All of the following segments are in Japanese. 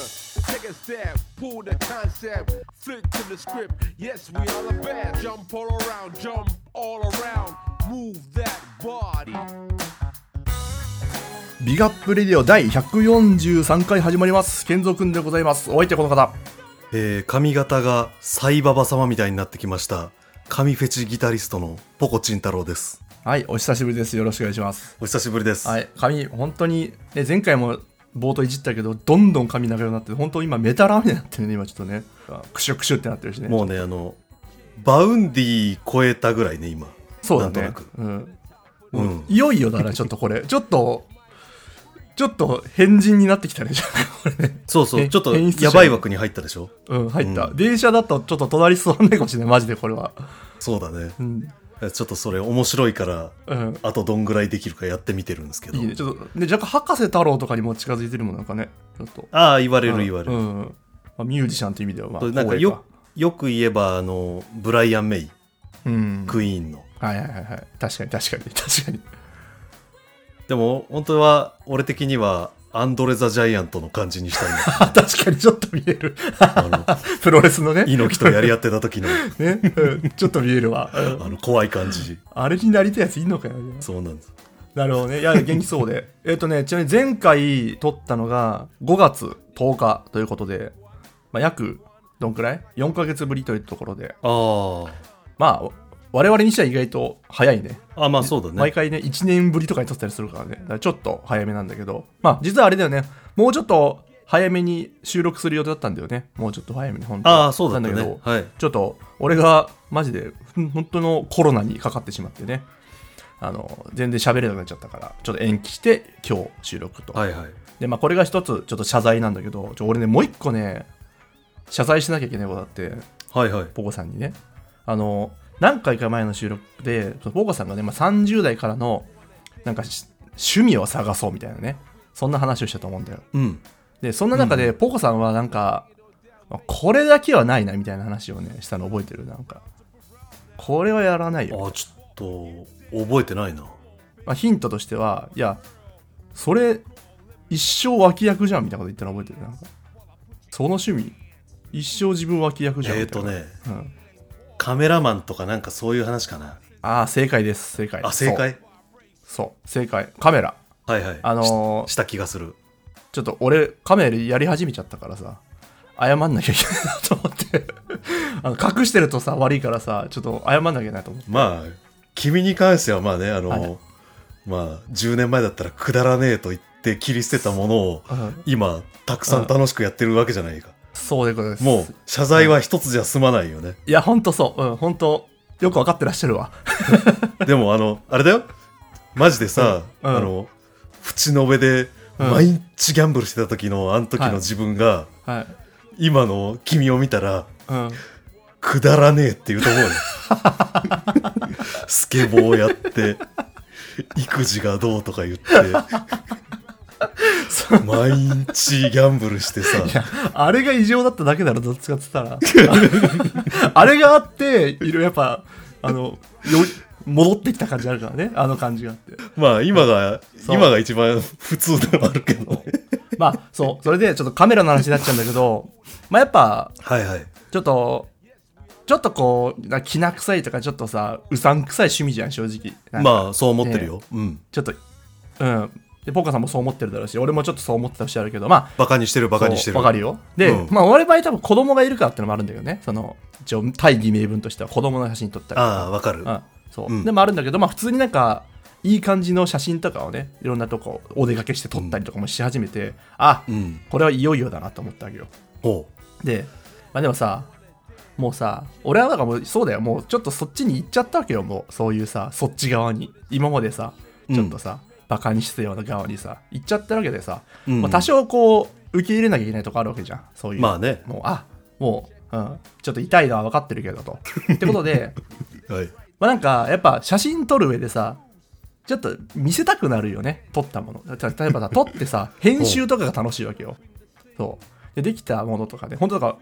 niggas said, pull the concept, flick to the script. Yes, we all the best. Jump all around, jump all around, move that body. ビガップレディオ第143回始まります。健三くんでございます。お相手この方。えー髪型がサイババ様みたいになってきました髪フェチギタリストのポコチン太郎ですはい、お久しぶりです。よろしくお願いします。お久しぶりです、はい、髪、本当に、ね、前回も冒頭いじったけど、どんどん髪長くなって、本当今メタラーメンになってるね、今ちょっとね。クシュクシュってなってるしね。もうねあのバウンディ超えたぐらいね今そうだね。なんとなくうん。うん、いよいよだな、ちょっとこれ。ちょ っと、ちょっと変人になってきたね、 じゃあこれね。そうそえうちょっと演出者やばい枠に入ったでしょうん、入った。うん電車だとちょっと隣座んないかもしれない、マジでこれは。そうだねうん。えちょっとそれ面白いからうん。あとどんぐらいできるかやってみてるんですけどいいね。ちょっと、ね、若干博士太郎とかにも近づいてるもんなんかね。ちょっと。ああ言われる言われうんる、うんまあ、ミュージシャンという意味では、まあ、となんか光栄よよく言えばあのブライアン・メイうん、クイーンのはいはいはいはい確かに確かに確かに でも本当は俺的にはアンドレ・ザ・ジャイアントの感じにしたいんだ あ確かにちょっと見える あのプロレスのね猪木とやり合ってた時の ね、うんちょっと見えるわ、うんあの怖い感じあれになりたいやついんのかよそうなんですなるほどねいや元気そうで えっとねちなみに前回撮ったのが5月10日ということで、まあ、約どんくらい4ヶ月ぶりというところであまあ我々にしては意外と早いねああまあそうだね、毎回ね1年ぶりとかに撮ったりするからねだからちょっと早めなんだけどまあ実はあれだよねもうちょっと早めに収録する予定だったんだよねもうちょっと早めに本当はああそうだったなんだけどねはいちょっと俺がマジでふん本当のコロナにかかってしまってねあの全然喋れなくなっちゃったからちょっと延期して今日収録と、はいはいでまあこれが一つちょっと謝罪なんだけどちょ俺ねもう一個ね謝罪しなきゃいけないことあってはいはいポコさんにねあの何回か前の収録でそのポコさんがね、まあ、30代からのなんかし趣味を探そうみたいなねそんな話をしたと思うんだようんでそんな中でポコさんはなんか、まあこれだけはないなみたいな話をねしたの覚えてるなんかこれはやらないよ、ああちょっと覚えてないなまあ、ヒントとしてはいやそれ一生脇役じゃんみたいなこと言ったの覚えてるなんかその趣味一生自分脇役じゃんえっ、みー、たといな、ねうん、カメラマンとかなんかそういう話かなああ正解です正解あ正解そう正解カメラはいはいあのーしした気がするちょっと俺カメラやり始めちゃったからさ謝んなきゃいけないなと思って あの隠してるとさ悪いからさちょっと謝んなきゃいけないと思ってまあ君に関してはまあねあのーはいまあ10年前だったらくだらねえと言って切り捨てたものをうん今たくさん楽しくやってるわけじゃないか、そうでございますもう謝罪は一つじゃ済まないよねいやほんとそううんほんとよく分かってらっしゃるわでもあのあれだよマジでさ、うんうんあの縁の上でうん毎日ギャンブルしてた時のあの時はいの自分が、はい、今の君を見たらうん、くだらねえって言うと 思うよスケボーやって育児がどうとか言って毎日ギャンブルしてさあれが異常だっただけだろどっちかっつ ったらあれがあっていろいろやっぱあのよ戻ってきた感じあるからねあの感じがあってまあ今がそう今が一番普通ではあるけどねまあそうそれでちょっとカメラの話になっちゃうんだけどまあやっぱはいはいちょっと、ちょっとこう、なきな臭いとか、ちょっとさ、うさんくさい趣味じゃん、正直。なんかまあそう思ってるよ、うんちょっと、うん。で、ポッカさんもそう思ってるだろうし、俺もちょっとそう思ってた節あるけど、まあ、バカにしてるバカにしてるわかるよ。で、うんまあ、俺の場合多分子供がいるからってのもあるんだけどね。その、一応、大義名分としては子供の写真撮ったりとあかあわかる、うん、そう、うんでもあるんだけど、まあ、普通になんかいい感じの写真とかをねいろんなとこお出かけして撮ったりとかもし始めて、あうんこれはいよいよだなと思ったわけよほうで、まあ、でもさもうさ俺はなんかもうそうだよもうちょっとそっちに行っちゃったわけよもうそういうさそっち側に今までさちょっとさ、バカにしてたような側にさ行っちゃったわけでさ、うんまあ、多少こう受け入れなきゃいけないとこあるわけじゃんそういう、まあね、もうあもう、うん、ちょっと痛いのは分かってるけどとってこと ではい、まあなんかやっぱ写真撮る上でさちょっと見せたくなるよね撮ったものた例えばさ撮ってさ編集とかが楽しいわけよそうでできたものとかね本当だから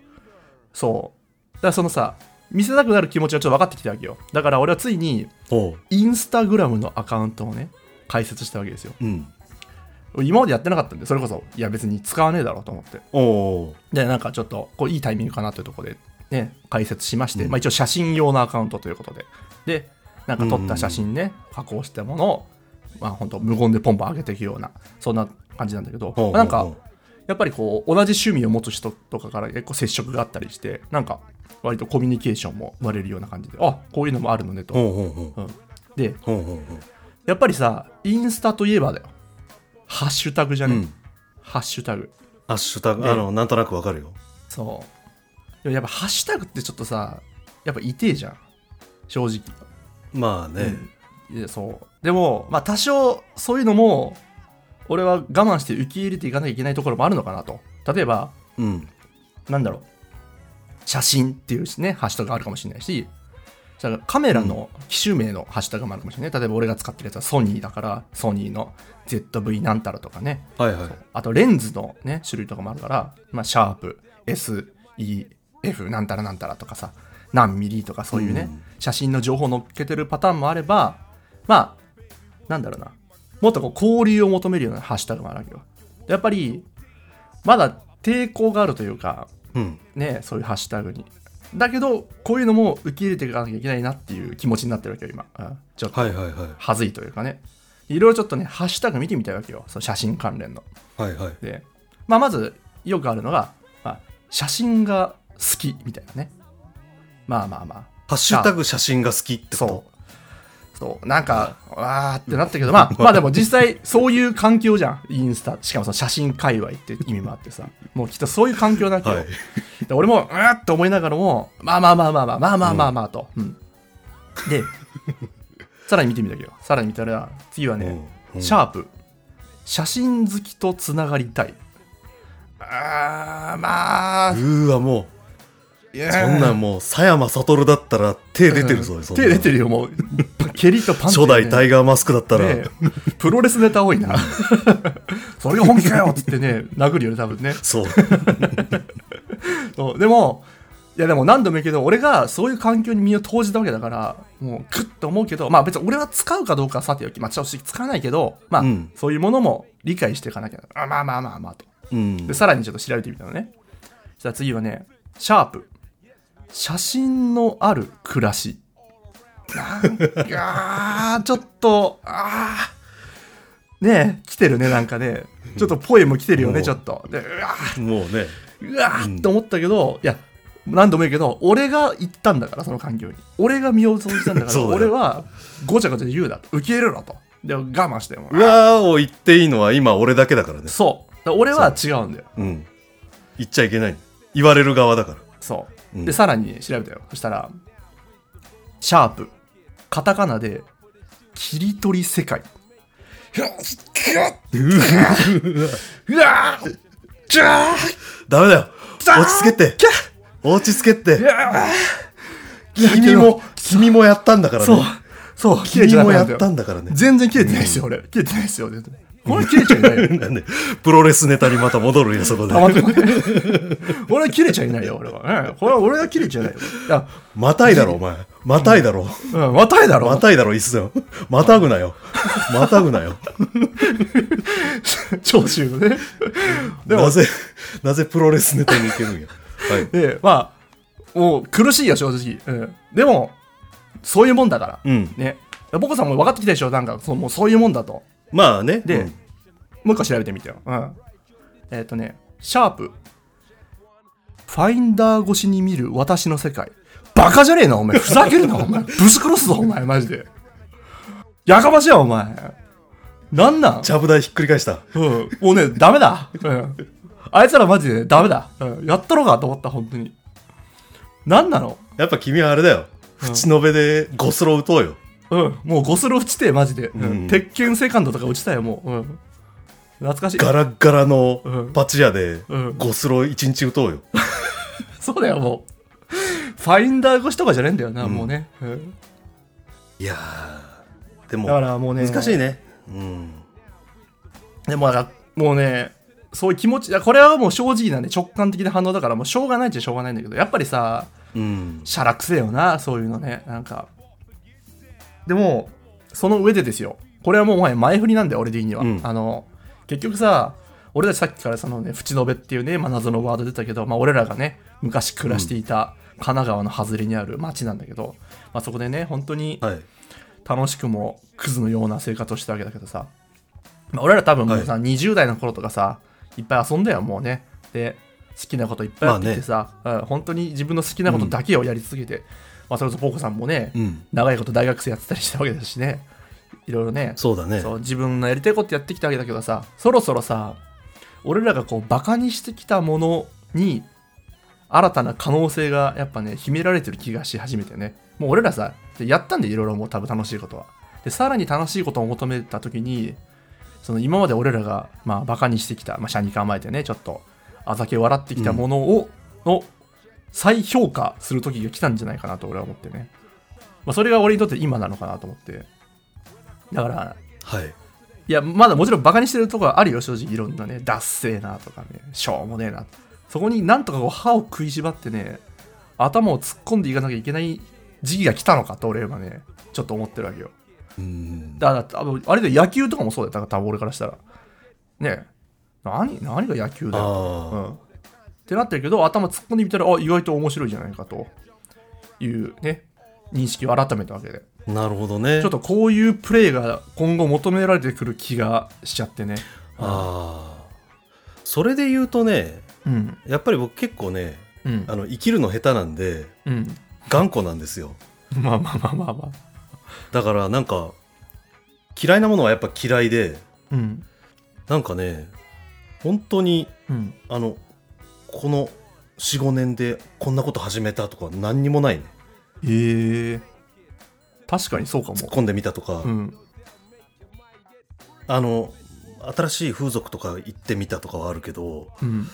そうだからそのさ見せたくなる気持ちがちょっと分かってきたわけよだから俺はついにほインスタグラムのアカウントをね開設したわけですよう、うん、今までやってなかったんでそれこそいや別に使わねえだろうと思っておおでなんかちょっとこういいタイミングかなというところで、ね、解説しまして、まあ、一応写真用のアカウントということででなんか撮った写真ね、加工したものを、まあ、本当無言でポンポン上げていくようなそんな感じなんだけど、ほうほうまあなんかほうやっぱりこう同じ趣味を持つ人とかから結構接触があったりしてなんか割とコミュニケーションも生まれるような感じであこういうのもあるのねと、ほうほうほううん、でほうほうほうやっぱりさインスタといえばだよハッシュタグじゃね、うんハッシュタグハッシュタグであのなんとなくわかるよそう。でもやっぱハッシュタグってちょっとさ、やっぱ痛えじゃん。正直。まあね、いやそう。でも、まあ多少そういうのも、俺は我慢して受け入れていかなきゃいけないところもあるのかなと。例えば、うんなんだろう。写真っていうね、ハッシュタグがあるかもしれないし、そしたらカメラの機種名のハッシュタグもあるかもしれない。例えば俺が使ってるやつはソニーだから、ソニーの ZV なんたらとかね。はいはいあとレンズのね、種類とかもあるから、まあ、シャープ、S、E、F、なんたらなんたらとかさ、何ミリとかそういうね、うん写真の情報を載っけてるパターンもあれば、まあ、なんだろうな、もっとこう交流を求めるようなハッシュタグもあるわけよ。やっぱり、まだ抵抗があるというか、うんね、そういうハッシュタグに。だけど、こういうのも受け入れていかなきゃいけないなっていう気持ちになってるわけよ、今。うん、ちょっと、はいはいははずいというかね。いろいろちょっとね、ハッシュタグ見てみたいわけよ、その写真関連の。いはいはいで、まあ、まずよくあるのが、まあ、写真が好きみたいなねまあまあまあハッシュタグ写真が好きってことそうそうなんかわーってなったけどまあまあでも実際そういう環境じゃんインスタしかもその写真界隈って意味もあ ってさもうきっとそういう環境なきゃ、はいで俺もうーって思いながらもまあまあまあまあまあまあまあまあまあと、うんでさらに見てみたけどさらに見たら次はね、うんシャープ、写真好きとつながりたい。あー、まあ、うーわもいうやそんーなんもう佐山悟だったら手出てるぞ、うんそんな手ん出てるよ、もう。蹴りとパンチ、初代タイガーマスクだったら、ねえプロレスネタ多いな。 それが本気かよっつってね、殴るよね、多分ね。 そうそうでも、いやでも何度も言うけど、俺がそういう環境に身を投じたわけだから、もうグッと思うけど、まあ別に俺は使うかどうかはさておき、まあ正直使わないけど、まあ、うんそういうものも理解していかなきゃ、あまあまあまあまあと。うんで、さらにちょっと調べてみたのね。じゃあ次はね、シャープ。写真のある暮らし。なんか、 ちょっと、ああ。ねえ、来てるね、なんかね。ちょっとポエム来てるようね、んちょっと。で、うわもうねー、うわーって思ったけど、いや、何度も言うけど、俺が行ったんだから、その環境に。俺が身を投じたんだから、 そうだよ俺は、ごちゃごちゃ言うだ。受け入れろと。で、我慢しても。うわーを言っていいのは今俺だけだからねそう。だから俺は違うんだよ。うん言っちゃいけない言われる側だからそう、うんでさらに調べたよそしたらシャープカタカナで切り取り世界うわーじゃー ダメだよ落ち着けて落ち着けて君も君もやったんだからねそうそう切れ君てなもかやっったたよんだからね全然切れてないですよ俺切れてないですよ全然これ切れちゃいないよなんでプロレスネタにまた戻るよそこであ待って待って俺は切れちゃいないよ俺は、うんこれは俺は切れちゃいないよいやまたいだろお前またいだろうんまたいだろまたいだろ椅子だよまたぐなよまたぐなよ長州のねでもなぜなぜプロレスネタにいけるんやはいでまあもう苦しいよ正直、うん、でもそういうもんだから、うんねボコさんも分かってきたでしょなんかそのもうそういうもんだとまあねで、うんもう一個調べてみてよ、うん、えっ、とねシャープファインダー越しに見る私の世界バカじゃねえなお前ふざけるなお 前ぶス殺すぞお前マジでやかましいわお前なんなんちゃぶ台ひっくり返したうん、もうね、ダメだ。うん。あいつらマジでダメだ。うん。やったろかと思った、本当に。なんなのやっぱ君はあれだよ縁のべでゴスロ打とうようん。もうゴスロ打ちてえ、マジで。うん。うん鉄拳セカンドとか打ちたいよ、もう。うん。懐かしい。ガラッガラのんパチ屋でうんゴスロ一日打とうよ そうだよ、もう。ファインダー越しとかじゃねえんだよな、もうね。うん。いやーでもだからもうね、難しいねうんでもなんか、もうね、そういう気持ち、いやこれはもう正直なね、直感的な反応だから、もうしょうがないっちゃしょうがないんだけど、やっぱりさ、うんしゃらくせえよなそういうのねなんかでもその上でですよこれはもうもはや前振りなんだよ俺的には、うんあの結局さ俺たちさっきからそのね淵延っていうね、まあ、謎のワード出たけど、まあ、俺らがね昔暮らしていた神奈川の外れにある町なんだけど、まあ、そこでね本当にはい。楽しくもクズのような生活をしてたわけだけどさ、まあ、俺ら多分もうさ、20代の頃とかさいっぱい遊んだよもうねで好きなこといっぱいやってきてさ、うん本当に自分の好きなことだけをやり続けて、まあ、それこそポーコさんもね、うん。長いこと大学生やってたりしたわけだしねいろいろねそうだね。そう自分のやりたいことやってきたわけだけどさそろそろさ俺らがこうバカにしてきたものに新たな可能性がやっぱね秘められてる気がし始めてねもう俺らさでやったんでいろいろもう多分楽しいことはでさらに楽しいことを求めた時にその今まで俺らがまあバカにしてきた、まあ、車に構えてねちょっとあざけ笑ってきたものを、の再評価する時が来たんじゃないかなと俺は思ってね、まあ、それが俺にとって今なのかなと思ってだからはい。いや、まだもちろんバカにしてるとこはあるよ、正直。いろんなね、ダッセーなとかね、しょうもねえな。そこになんとかこう歯を食いしばってね、頭を突っ込んでいかなきゃいけない時期が来たのかと、俺はね、ちょっと思ってるわけよ。うん。だから多分、あれで野球とかもそうだよ、だから多分俺からしたら。ねえ、何、何が野球だよ。うあん。ってなってるけど、頭突っ込んでみたら、あ、意外と面白いじゃないかというね、認識を改めたわけで。あ、なるほどね。ちょっとこういうプレーが今後求められてくる気がしちゃってね。ああ。それで言うとね、うん。やっぱり僕結構ね、うん。あの生きるの下手なんでうん。頑固なんですよ。まあまあまあまあまあ。だからなんか嫌いなものはやっぱ嫌いで、うん。なんかね、本当にうん。あのこの4、5年でこんなこと始めたとか何にもないね。ええ確かにそうかも。突っ込んでみたとか、うん。あの新しい風俗とか行ってみたとかはあるけど、うん。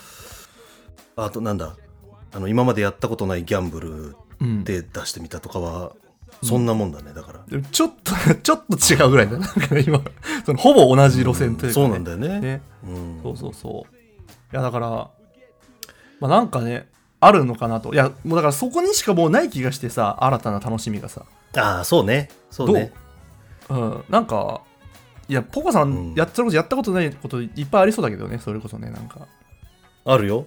あとなんだあの今までやったことないギャンブルうん。でで出してみたとかはそんなもんだね、だから、もちょっと、 ちょっと違うぐらいだな。なんか今、そのほぼ同じ路線というか、そうなんだだよねね。うん、そうそうそう。いや、だから、まあなんかね、あるのかなと。いや、もうだからそこにしかもうない気がしてさ、新たな楽しみがさ。ああそうねそうねうん。なんか、いや、ポコさうんん、やっちゃうことやったことないこといっぱいありそうだけどね、それこそね、なんか。あるよ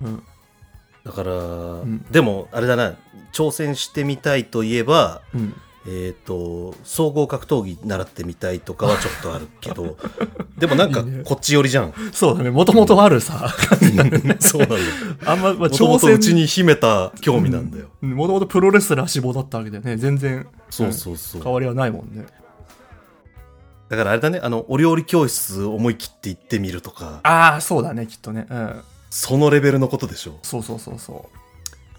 うん。だから、んでもあれだな挑戦してみたいといえばうん。えっ、と総合格闘技習ってみたいとかはちょっとあるけ どでもなんかいいねこっち寄りじゃん そうだね、もともとあるさ、 そうなんだよあんま、まあ、もとも挑とう戦ちに秘めた興味なんだよ、もともとプロレスラー志望だったわけでね、全然そうそうそう変わりはないもんね。だからあれだね、あの、お料理教室思い切って行ってみるとか、ああ、そうだね、きっとね。うん。そのレベルのことでしょそうそうそうそ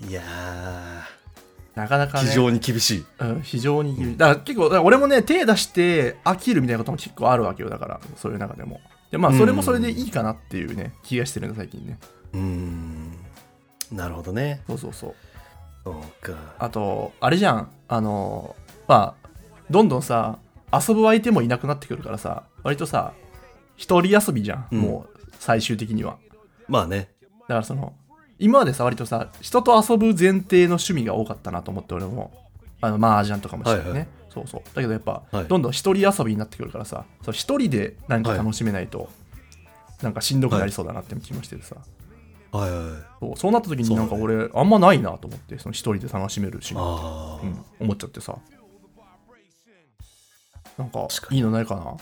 う。う。いやー、なかなかね、非常に厳しい。うん、非常に、だから結構、だから俺もね、手出して飽きるみたいなことも結構あるわけよ、だから、そういう中でも。で、まあ、それもそれでいいかなっていうね、気がしてるんだ、最近ね。うーん。なるほどね。そうそうそう。そうか。あと、あれじゃん、あの、まあ、どんどんさ、遊ぶ相手もいなくなってくるからさ、割とさ、一人遊びじゃん、うんもう、最終的には。まあね。だからその、今までさ、割とさ、人と遊ぶ前提の趣味が多かったなと思って、俺も。あの、麻雀とかもしてね、はいはいそうそう。だけどやっぱ、はいどんどん一人遊びになってくるからさ、そう一人で何か楽しめないと、なんかしんどくなりそうだなって気もしててさ、はいはい。そうそうなった時になんかそ俺、あんまないなと思って、その一人で楽しめる趣味。あー、うん、思っちゃってさなんか確かいいのないかな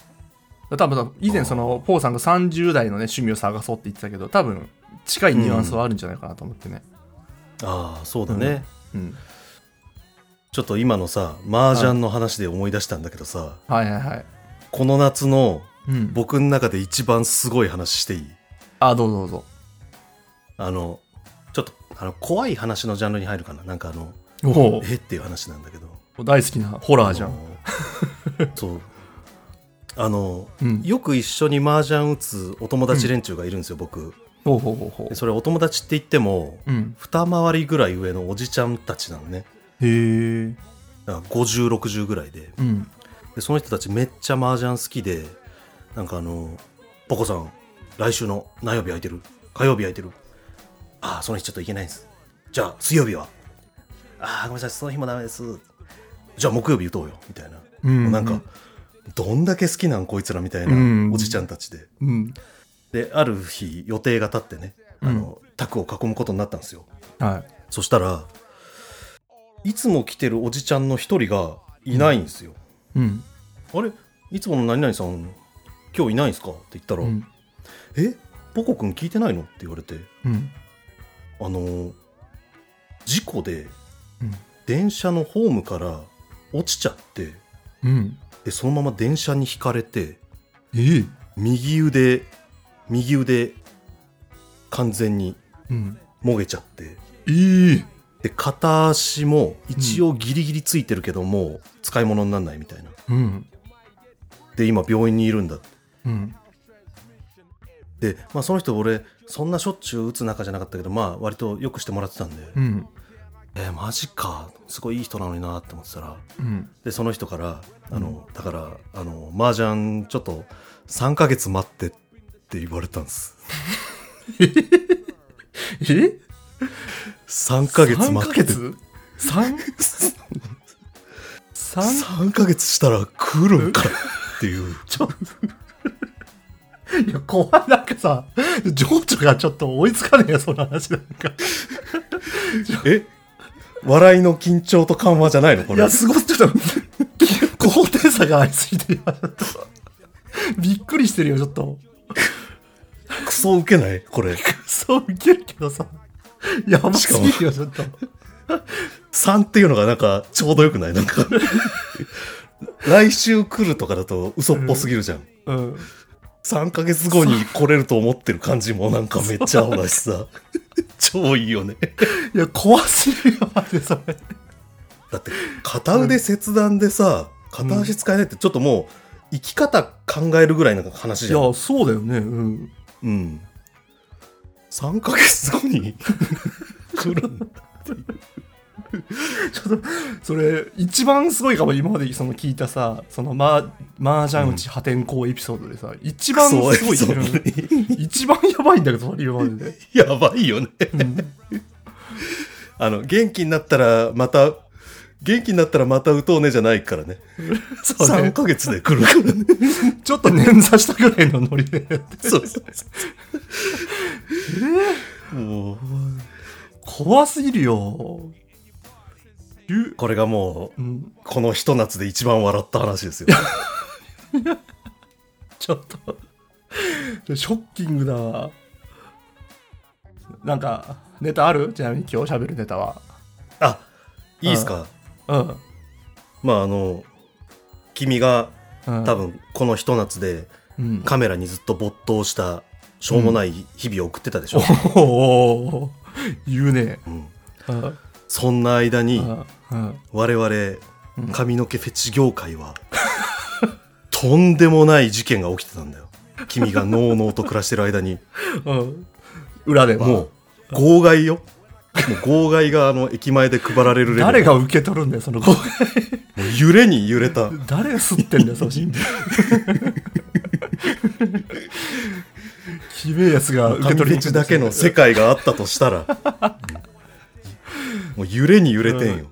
だ多分以前そのポーさんが30代のね趣味を探そうって言ってたけど多分近いニュアンスはあるんじゃないかなと思ってねあー、そうだね。うんうん、ちょっと今のさ、麻雀の話で思い出したんだけどさ、はいはいはいこの夏のうん僕の中で一番すごい話していいあどうぞどうぞあの、ちょっと、あの、怖い話のジャンルに入るかななんかあの、おえっていう話なんだけど。お大好きなホラーじゃんあの。そう。あの、うんよく一緒に麻雀打つお友達連中がいるんですよ、僕。ほうほうほうほでそれお友達って言っても、ううん二回りぐらい上のおじちゃんたちなのね。へえだから50、60ぐらいでうんで。その人たちめっちゃ麻雀好きで、なんかあの、ポコさん、来週の何曜日空いてる火曜日空いてるああ、その日ちょっと行けないんです。じゃあ、水曜日はああ、ごめんなさい、その日もダメです。じゃあ、木曜日打とうよ、みたいな。うんもうなんか、どんだけ好きなんこいつらみたいなうんおじちゃんたちで。うん。で、ある日予定が立ってね、あの、宅を囲むことになったんですよ。はそしたら、いつも来てるおじちゃんの一人がいないんですよ。い。うん。あれいつもの何々さん、今日いないんですかって言ったら、うん。えポコくん聞いてないのって言われて、うん。あの、事故でうん電車のホームから落ちちゃって、うん。で、そのまま電車にひかれて、ええ。右腕、右腕、完全にうん。もげちゃって、ええ。で、片足も一応ギリギリついてるけど、もう使い物にならないみたいな。うん。で、今病院にいるんだって。うん。で、まあその人俺、そんなしょっちゅう打つ仲じゃなかったけど、まあ割とよくしてもらってたんで、うん。えーマジか。すごいいい人なのになって思ってたら、うん。でその人から「あのだからあの麻雀ちょっと3ヶ月待って」って言われたんですえ3ヶ月待ってて ?3? 三3ヶ月したら来るんかっていうちょっ と。いや、怖い。なんかさ、情緒がちょっと追いつかねえよ、その話なんか。え笑いの緊張と緩和じゃないのこいれや、すごい、ちょっと、 高低差がありすぎて、今ちょっとびっくりしてるよ、ちょっと。クソウケないこれそう、受けるけどさ。やばすぎるよ、ちょっと。 3っていうのがなんかちょうどよくないなんか来週来るとかだと嘘っぽすぎるじゃんうん。 3ヶ月後に来れると思ってる感じもなんかめっちゃ合うだ しさ超いいよねいや、怖すぎるよ、マジで、それ。だって片腕切断でさ、片足使えないってちょっともう生き方考えるぐらいの話じゃん、そうだよね、うん。うん、3ヶ月後に来るんだちょっと、それ、一番すごいかも、今までその聞いたさ、その、ま、麻雀打ち破天荒エピソードでさ、一番すごい、そうそううん一番やばいんだけど、それ今まで で。やばいよねうんあの元気になったらまた元気になったらまた打とうねじゃないからねそうね3ヶ月で来るからねちょっと捻挫したぐらいのノリで。そうそうそうもう怖すぎるよ。ゆこれがもううん、このひと夏で一番笑った話ですよ ちょっと、ショッキングだわ。なんか、ネタあるちなみに今日喋るネタは。あいいですかうん。まああの君がうん、多分このひと夏で うん。カメラにずっと没頭したしょうもない日々を送ってたでし ょ、おお言うね。うんうん。そんな間うにんうん我々髪の毛フェチ業界はとんでもない事件が起きてたんだよ君がのうのうと暮らしてる間にうん。裏では。もう号外よもう号外があの駅前で配られるレベル誰が受け取るんだよ、その声。もう揺れに揺れた 誰が吸ってんだよ、その 神きめえやつが受け取髪フりェに行チくだけの世界があったとしたらもう揺れに揺れてんよ、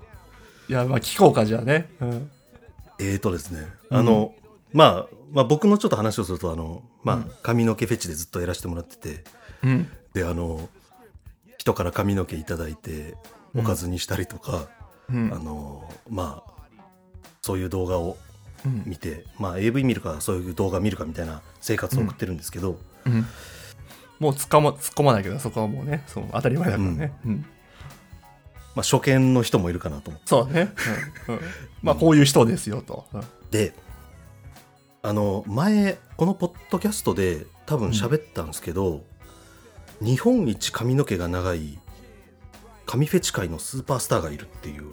いや、まあ聞こうか、じゃあね。うん。えーとですね、あの、まあ、まあ僕のちょっと話をすると、あの、まあ髪の毛フェチでずっとやらせてもらってて、うん。で、あの、人から髪の毛いただいて、おかずにしたりとか、うんあの、まあ、そういう動画をうん見て、まあ AV 見るか、そういう動画見るかみたいな生活を送ってるんですけど、うんもう突っ込ま突っ込まないけどそこはもうねその当たり前だからね、うんまあ初見の人もいるかなと思っそうね、うんうんまあこういう人ですよと、うんて、あの、前、このポッドキャストで多分喋ったんですけど、日本一髪の毛が長い髪フェチ界のスーパースターがいるっていう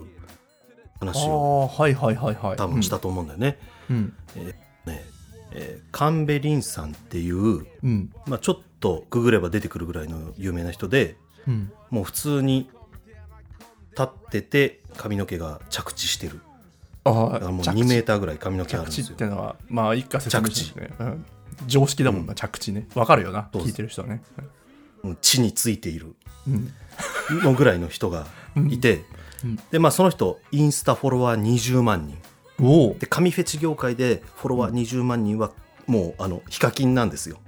あ話をあはいはいはいはい多分したと思うんだよね。うんねえーカンベリンさんっていう、うんまあ、ちょっとググれば出てくるぐらいの有名な人でうんもう普通に立ってて髪の毛が着地してるあだからあもう2メーターぐらい髪の毛あるん着で地すっよてのはまあ一家説明してね、うん常識だもんな、着地ねわかるよなそうそ聞ういてる人はねうん地についているうんのぐらいの人がいて、でまあその人インスタフォロワー20万人おおで紙フェチ業界でフォロワー20万人はもうあのヒカキンなんですよ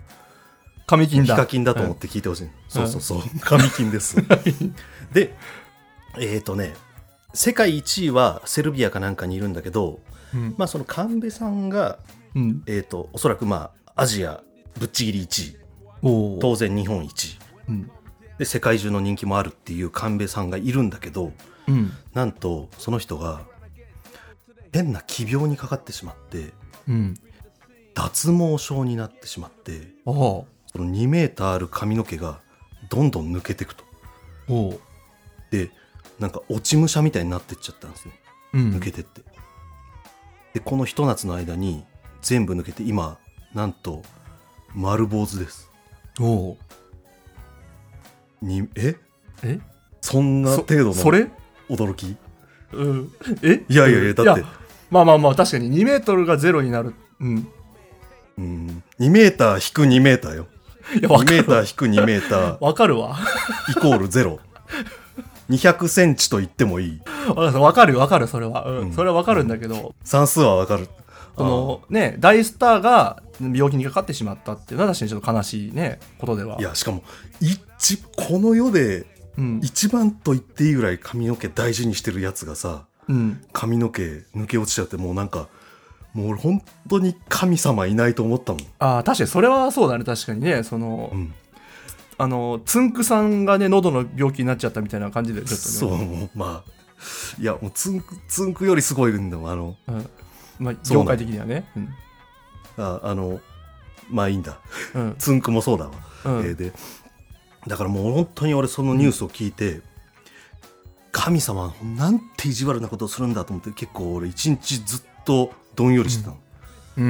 神金ヒだカキンだと思って聞いてほしい、そうそうそう、神金です でえっ、とね世界1位はセルビアかなんかにいるんだけど、うんまあその神戸さんがうんえー、とおそらくまあアジアぶっちぎり1位おお当然日本1うん位で世界中の人気もあるっていう神戸さんがいるんだけどうんなんとその人が変な奇病にかかってしまってうん脱毛症になってしまっておおその2メーターある髪の毛がどんどん抜けていくとおおでなんか落ち武者みたいになってっちゃったんですねうん抜けてって、でこのひと夏の間に全部抜けて今なんと丸坊主ですおおにええそんなそ程度のそれ驚きうんえいやいやいやだってまあまあまあ確かに2メートルがゼロになるうんうん2メーター引く2メーターよいやわ2かメーるター引く2メーターわかるわ イコールゼロ200センチと言ってもいいわかるよわかるそれはううんんそれはわかるんだけど算数はわかるそのね大スターが病気にかかってしまったっていうのは確かにちょっと悲しいねことではあーいやしかも一この世でうん一番と言っていいぐらい髪の毛大事にしてるやつがさうん髪の毛抜け落ちちゃってもうなんかもう俺本当に神様いないと思ったもん、ああ確かにそれはそうだね確かにねその、うん、あのつんくさんがね喉の病気になっちゃったみたいな感じでちょっとねそうもうまあいやもうつんくつんくよりすごいんだもんあのうんまあ、そうな業の界的にはねうんああのまあいいんだうんつんくもそうだわ、うんえーでだからもう本当に俺そのニュースを聞いて、神様なんて意地悪なことをするんだと思って結構俺一日ずっとどんよりしてたの、うんう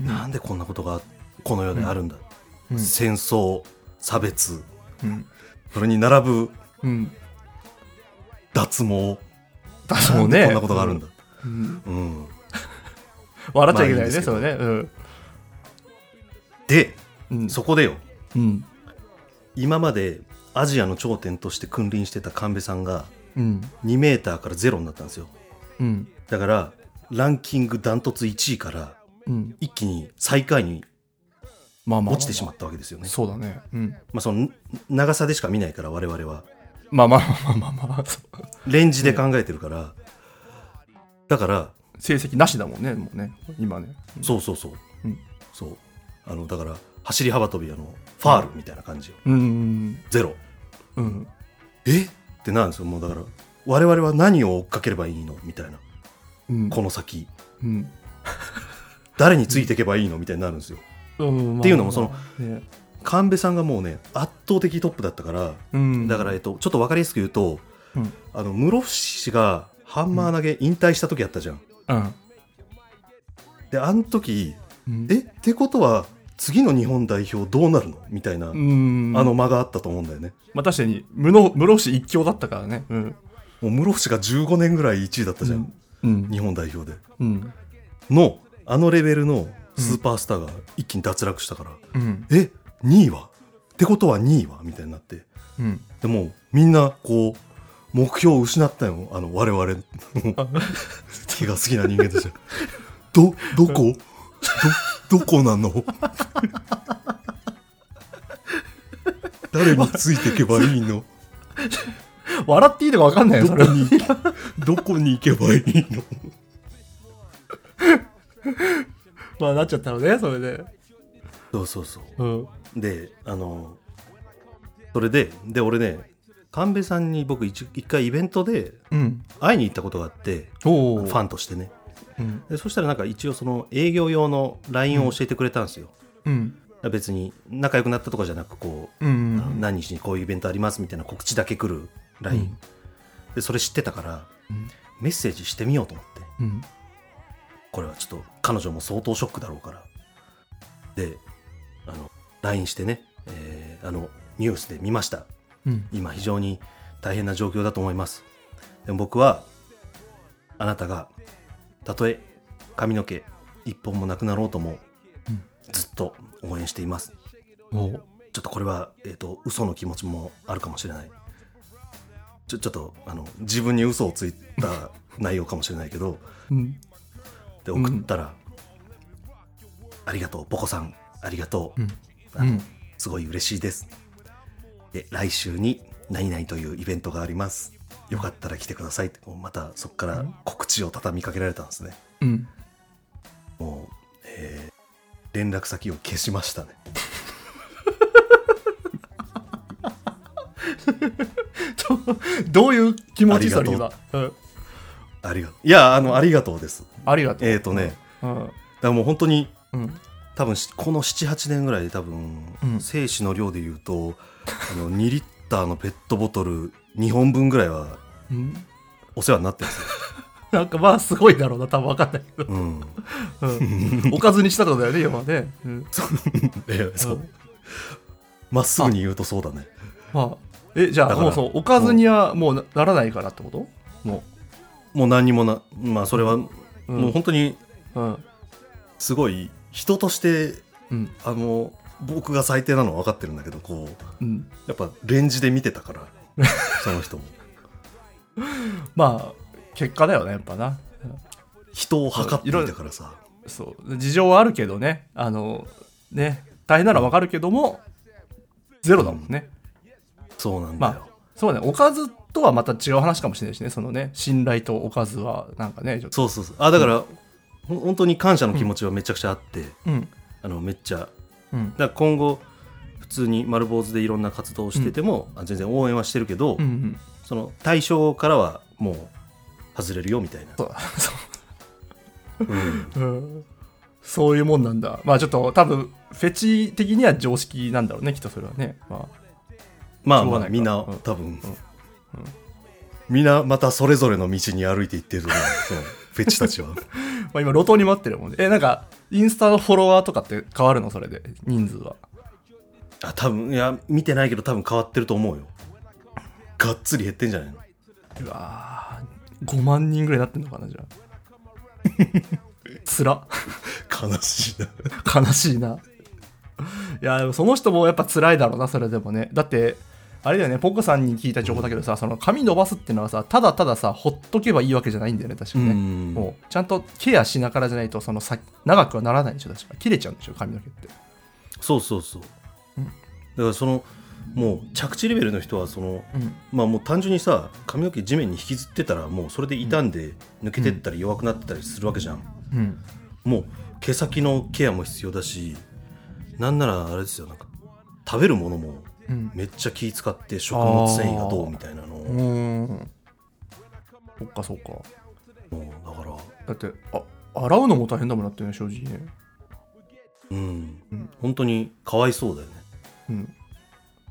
んなんでこんなことがこの世であるんだ、うん戦争差別うんそれに並ぶうん脱毛だなんでこんなことがあるんだ、うんうん笑っちゃいけないね、まあいいんですけそどれねうんでうんそこでようん今までアジアの頂点として君臨してた神戸さんがうん2メーターからゼロになったんですようんだからランキングダントツ1位からうん一気に最下位にまあまあ落ちてしまったわけですよね。そうだねうんまあその長さでしか見ないから我々はまあまあまあまあまあまあそうレンジで考えてるから、だから成績なしだもんねもうね今ねそうそうそう、うんそうあのだから走り幅跳びあのファールみたいな感じよ、うんゼロうんうんえってなんですよもうだから我々は何を追っかければいいのみたいなうんこの先うん誰についていけばいいのみたいになるんですようんっていうのもそのまあまあまあね神戸さんがもうね圧倒的トップだったからうんだから、えっと、ちょっと分かりやすく言うと、うんあの室伏氏がハンマー投げ引退した時あったじゃん。うんであの時うんえってことは次の日本代表どうなるのみたいな、うーんあの、間があったと思うんだよね。まあ、確かに室室伏一強だったからねうんもう室伏が15年ぐらい1位だったじゃん、うん日本代表で。うんのあのレベルのスーパースターが一気に脱落したから、うんえ2位はってことは2位はみたいになってうんでもうみんなこう目標を失ったよあの我々あ気が好きな人間ですよ。ど、どこど、どこなの誰についていけばいいの笑っていいのか分かんないよそどこれに、どこに行けばいいのまあなっちゃったのねそれでそうそうそうんう。で、あの、それで、で、俺ね、神戸さんに僕一一回イベントでうん会いに行ったことがあって、おフおァンとしてね。うんでそしたらなんか一応その営業用の LINE を教えてくれたんですよ。うん別に仲良くなったとかじゃなく、こう、うあのん何日にこういうイベントありますみたいな告知だけ来る LINE、でそれ知ってたからうんメッセージしてみようと思ってうんこれはちょっと彼女も相当ショックだろうからであの LINE してね、えーあのニュースで見ましたうん今非常に大変な状況だと思いますでも僕はあなたがたとえ髪の毛一本もなくなろうともうんずっと応援していますおーちょっとこれは、えっと嘘の気持ちもあるかもしれないちょちょっとあの自分に嘘をついた内容かもしれないけどうんって送ったら、ありがとう、ポコさん、ありがとう、うんあのうんすごい嬉しいです。で、来週に何々というイベントがあります。よかったら来てくださいって、こうまたそこから告知を畳みかけられたんですね。うん。もう、えー連絡先を消しましたね。どどういう気持ちあそりれがは。うんありがとう。いや、あの、ありがとうです。ありがとう。えっ、とね、うん。だからもう本当にうん。多分しこの78年ぐらいで多分、うん精子の量で言うとあの2リッターのペットボトル2本分ぐらいはうん。お世話になってるんですよ、なんかまあすごいだろうな、多分わかんないけど。うん、 う ん、おかずにしたってことだよね、今はね。うん。えそううんまっすぐに言うとそうだねまあ、え、じゃだあからもうそう、おかずにはもうなならないからってことももう何にもなまあそれは、んもう本当にう。うん。すごい人としてうん。あの僕が最低なのは分かってるんだけどこううん。やっぱレンジで見てたから その人もまあ、結果だよね、やっぱな。うん人を測っていたからさそう事情はあるけどねあのね大変なのはわかるけども、ゼロだもんねそうなんだよ、まあそうねおかずとはまた違う話かもしれないしねそのね信頼とおかずはなんかねちょっとそうそうそうあだから、ほん本当に感謝の気持ちはめちゃくちゃあって、うんあのめっちゃだかうんら今後普通に丸坊主でいろんな活動をしてても、あ全然応援はしてるけど、うんうんその対象からはもう外れるよみたいな、そうだそうんう、うん、そういうもんなんだまあちょっと多分フェチ的には常識なんだろうねきっとそれはねまあまあしょうがまないかあみんな、うん多分、んみんなまたそれぞれの道に歩いていってるな そうフェチたちはまあ今路頭に待ってるもんねえなんかインスタのフォロワーとかって変わるのそれで人数はあ多分いや見てないけど多分変わってると思うよがっつり減ってんじゃないのうわー5万人ぐらいになってんのかなじゃあ つら悲しいな悲しいな。いや、でもその人もやっぱ辛いだろうな、それでもね。だって、あれだよね、ポコさんに聞いた情報だけどさ、その髪伸ばすってのはさ、ただたださ、ほっとけばいいわけじゃないんだよね、確かうね。んもう、ちゃんとケアしながらじゃないと、そのさ、長くはならないでしょ、確か。切れちゃうんでしょ、髪の毛って。そうそうそう、うんだからそのもう着地レベルの人はそのうん。まあもう単純にさ髪の毛地面に引きずってたらもうそれで傷んで抜けてったり弱くなってたりするわけじゃん、うん。もう毛先のケアも必要だしなんならあれですよなんか食べるものもうん。めっちゃ気使って食物繊維がどうみたいなのをうもーん。そっか、そっか。うだからだって、あ、洗うのも大変だもんなってね、正直ね。うん、うん本当にかわいそうだよね、うん。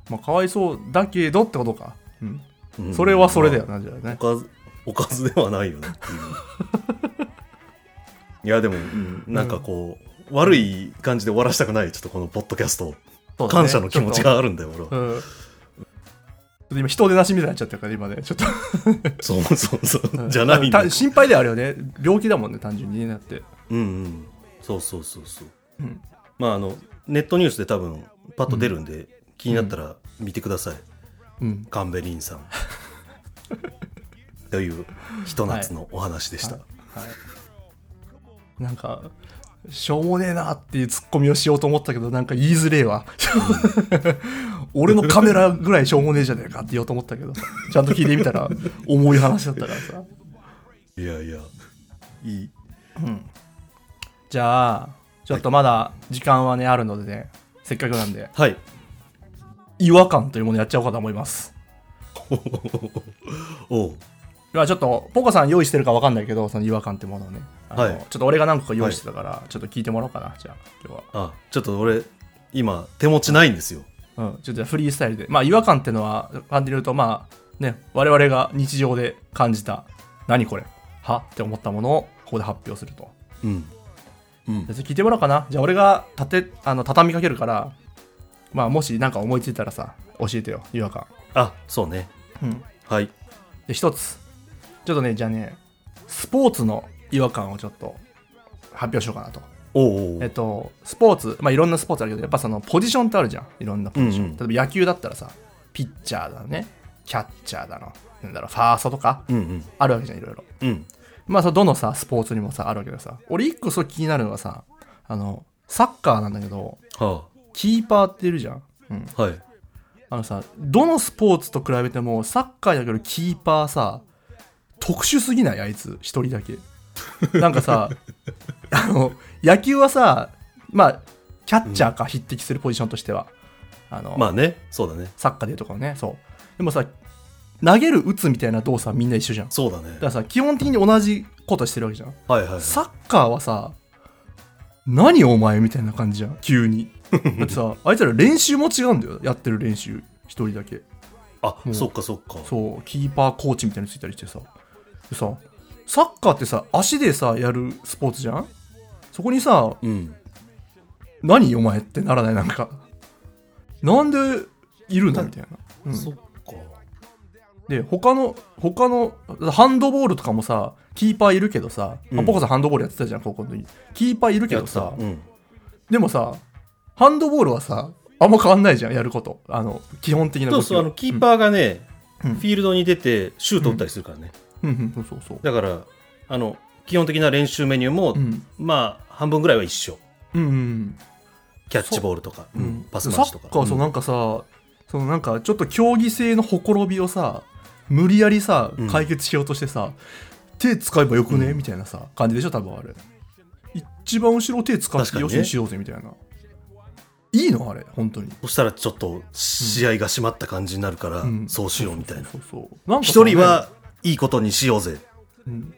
まあ、かわいそうだけどってことか。うん。うんそれはそれだよな、じゃあね。おかず おかずではないよねっていういやでも、うんなんかこう、悪い感じで終わらせたくないちょっとこのポッドキャスト、そうだね感謝の気持ちがあるんだよ俺うはん。ちょっと今人でなしみたいになっちゃったから今ねちょっとそうそうそううんじゃないんだ た心配ではあるよね病気だもんね単純にねだってうんうんそうそうそうそううんまああのネットニュースで多分パッと出るんで、気になったら見てください、うんカンベリ ンさんというひと夏のお話でした、はいなんかしょうもねえなっていうツッコミをしようと思ったけどなんか言いづれえわ俺のカメラぐらいしょうもねえじゃねえかって言おうと思ったけどちゃんと聞いてみたら重い話だったからさいやいやいい じゃあちょっとまだ時間はねあるのでねせっかくなんではい違和感というものやっちゃおうかと思いますおうまあちょっと、ポコさん用意してるかわかんないけど、その違和感ってものをね。あのはいちょっと俺が何個か用意してたから、ちょっと聞いてもらおうかな、じゃあ、今日あちょっと俺今手持ちないんですよは。うん、ちょっとじゃあフリースタイルで。まあ違和感ってのは、感じると、まあね、我々が日常で感じた、何これはって思ったものを、ここで発表すると。うんうじんゃあ聞いてもらおうかな。じゃあ俺が立て、あの、畳みかけるから、まあもし何か思いついたらさ、教えてよ、違和感。あそうねうん。はいで、一つ。ちょっとね、じゃあね、スポーツの違和感をちょっと発表しようかなと。おうおうえっと、スポーツ、まあ、いろんなスポーツあるけど、やっぱそのポジションってあるじゃん、いろんなポジション。うんう例えば野球だったらさ、ピッチャーだね、キャッチャーだの、なんだろう、ファーストとか、うんうんあるわけじゃん、いろいろ。うんまあさ、どのさ、スポーツにもさ、あるわけでさ、俺一個そう気になるのがさ、あの、サッカーなんだけど、はキーパーっているじゃん。うん。あ、はい。あのさ、どのスポーツと比べても、サッカーだけどキーパーさ、特殊すぎないあいつ、一人だけ。なんかさ、 あの、野球はさ、まあ、キャッチャーか、匹敵するポジションとしては。あの、まあね、そうだね。サッカーでいうところね、そう。でもさ、投げる、打つみたいな動作はみんな一緒じゃん。だそうだかね。らさ、基本的に同じことしてるわけじゃん。はいはい。サッカーはさ、何お前みたいな感じじゃん、急に。だってさ、あいつら練習も違うんだよ、やってる練習、一人だけ。あ、うんそっかそっか。そう、キーパーコーチみたいについたりしてさ。でさ、サッカーってさ、足でさ、やるスポーツじゃんそこにさ、うん。何お前ってならない、なんか。なんでいるんだみたいな。うんそっか。で他の他のハンドボールとかもさキーパーいるけどさ、うんあポコさんハンドボールやってたじゃん高校の時キーパーいるけどさ、うん。でもさハンドボールはさあんま変わんないじゃんやることあの基本的なそ動うきそう、はあの、キーパーがね、うんフィールドに出て、シュート打ったりするからね。うんうんそうそうそうだから、あの、基本的な練習メニューも、うんまあ、半分ぐらいは一緒。うんうんキャッチボールとか、うんうんパス回しとか。サッカーはそうなんかさ、そのなんかちょっと競技性のほころびをさ無理やりさうん解決しようとしてさ、手使えばよくね、うんみたいなさ感じでしょ多分あれ一番後ろ手使っ確かてによねしにしようぜみたいな、いいのあれ本当にそしたらちょっと試合が締まった感じになるから、うんそうしようみたいな。そうそうそうなんかさ一人、はいいことにしようぜ。うん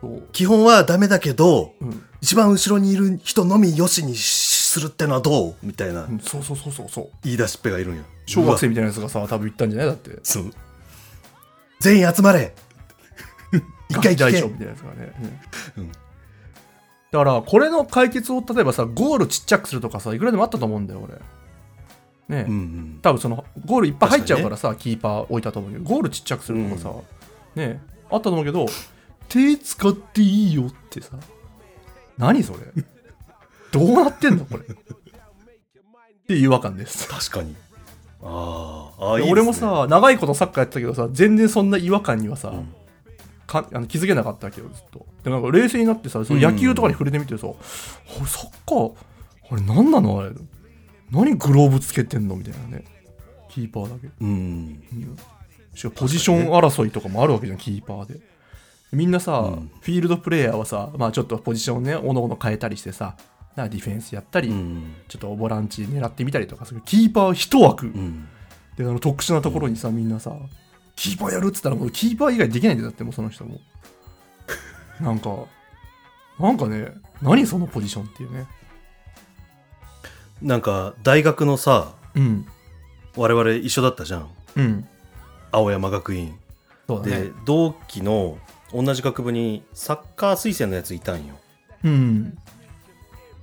そう基本はダメだけど、うん一番後ろにいる人のみよしにするってのはどうみたいなうんそうそうそうそうそう言い出しっぺがいるんや。小学生うわみたいなやつがさ多分言ったんじゃないだってそう。全員集 まれ一回大聞け丈夫みたいなやつがね、うんうんだからこれの解決を例えばさゴールちっちゃくするとかさいくらでもあったと思うんだよ俺ね、うんうん。多分そのゴールいっぱい入っちゃうからさキーパー置いたと思うけどゴールちっちゃくするとかさ、ねあったと思うけど手使っていいよってさ何 それどうなってんのこれっていう違和感です確かに。あーあー、いいですね俺も、さ長いことサッカーやってたけどさ全然そんな違和感にはさ、うんかあの気づけなかったわけどずっとでなんか冷静になってさそのうんうん野球とかに触れてみてさ、あれサッカーあれ何なのあれ何グローブつけてんのみたいなねキーパーだけうん。しかもポジション争いとかもあるわけじゃんキーパーでみんなさ、うんフィールドプレイヤーはさ、まあ、ちょっとポジションをねおのおの変えたりしてさなんかディフェンスやったり、うん。ちょっとボランチ狙ってみたりとかするキーパー一枠、うん。であの特殊なところにさみんなさキーパーやるっつったらもうキーパー以外できないんだよだってもうその人 もなんかなんかね何そのポジションっていうねなんか、大学のさ、うん我々一緒だったじゃん。うん青山学院。そうだねで、同期の同じ学部にサッカー推薦のやついたんよ。うん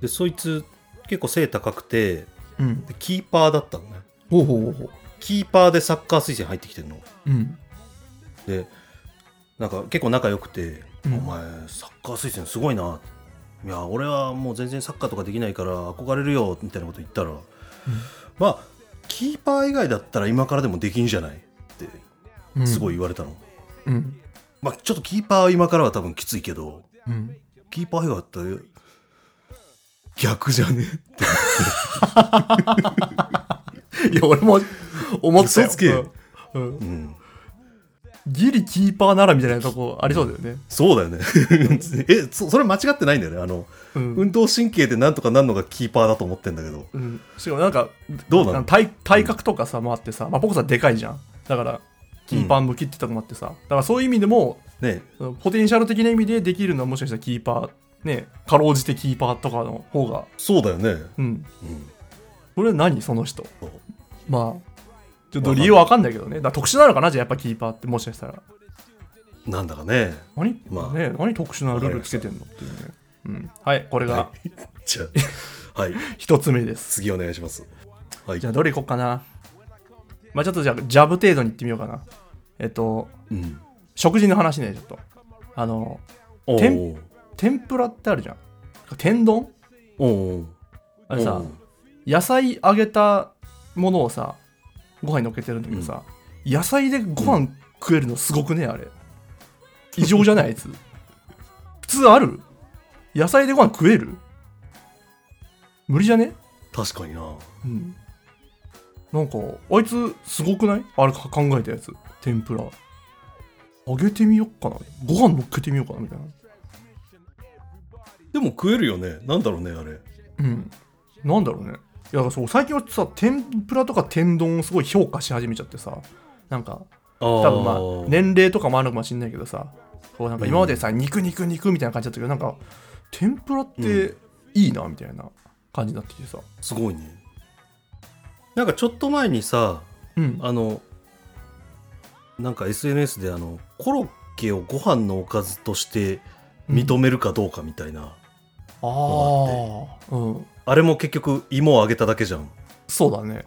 で、そいつ、結構背高くて、うんでキーパーだったのね。ほうほうほうほうキーパーでサッカー推薦入ってきてるの。うんで、なんか結構仲良くて、うんお前、サッカー推薦すごいな。いや、俺はもう全然サッカーとかできないから憧れるよ、みたいなこと言ったら、まあ、キーパー以外だったら今からでもできんじゃないっうてんすごい言われたの。うんまあ、ちょっとキーパーは今からは多分きついけど、うんキーパー以外だったら逆じゃねいや俺も思ったよ嘘つけうん うんうん。ギリキーパーならみたいなとこありそうだよねそうだよね。 えそ、それ間違ってないんだよね。あの、うん、運動神経でなんとかなんのがキーパーだと思ってんだけど。うん、しかもなんかどうなのんか体体格とかさもあってさ、まあ、僕さんでかいじゃんだからキーパー向きってとこもあってさ、だからそういう意味でもねそのポテンシャル的な意味でできるのはもしかしたらキーパーねかろうじてキーパーとかの方がそうだよね。うんうん。それは何その人そうまあちょっと理由は分かんないけどねだから特殊なのかなじゃあやっぱキーパーってもしかしたらなんだかね。何、まあね、何特殊なルールつけてんのっていうね、うん、はいこれがはい。 じゃあ、はい。一つ目です次お願いします。はい。じゃあどれいこっかな。まあちょっとじゃあジャブ程度にいってみようかな。えっと、うん。食事の話ね、ちょっと。あの、おてんー天ぷらってあるじゃん。天丼おーあれさお、ー野菜揚げたものをさ、ご飯に乗っけてるんだけどさ、野菜でご飯食えるのすごくね、あれ。異常じ ゃないあいつ普通ある野菜でご飯食える無理じゃね確かになうんなんかあいつすごくないあれか考えたやつ天ぷら揚げてみよっかなご飯乗っけてみようかなみたいなでも食えるよねなんだろうねあれうんなんだろうねいやそう最近はさ天ぷらとか天丼をすごい評価し始めちゃってさなんか多分まあ年齢とかもあるかもしれないけどさこうなんか今までさ、肉肉肉みたいな感じだったけどなんか天ぷらっていいなみたいな感じになってきてさ、すごいねなんかちょっと前にさうん、あのなんか SNS であのコロッケをご飯のおかずとして認めるかどうかみたいな、あのあ、うん、あれも結局芋を揚げただけじゃんそうだね、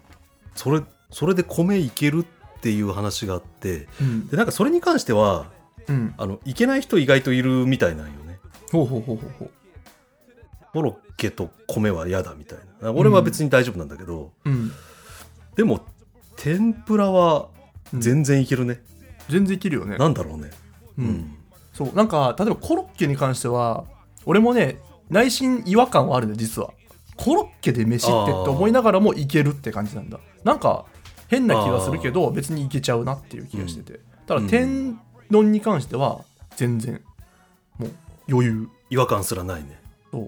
それそれで米いけるっていう話があってうんでなんかそれに関してはうん、あのいけない人意外といるみたいなんよねほうほうほうほうほうコロッケと米は嫌だみたいな俺は別に大丈夫なんだけど、うん、でも天ぷらは全然いけるね、全然いけるよねなんだろうねううんん、そうなんか例えばコロッケに関しては俺もね内心違和感はあるね実はコロッケで飯ってって思いながらもいけるって感じなんだなんか変な気がするけど別にいけちゃうなっていう気がしてて、ただうん天丼に関しては全然もう余裕違和感すらないねそうい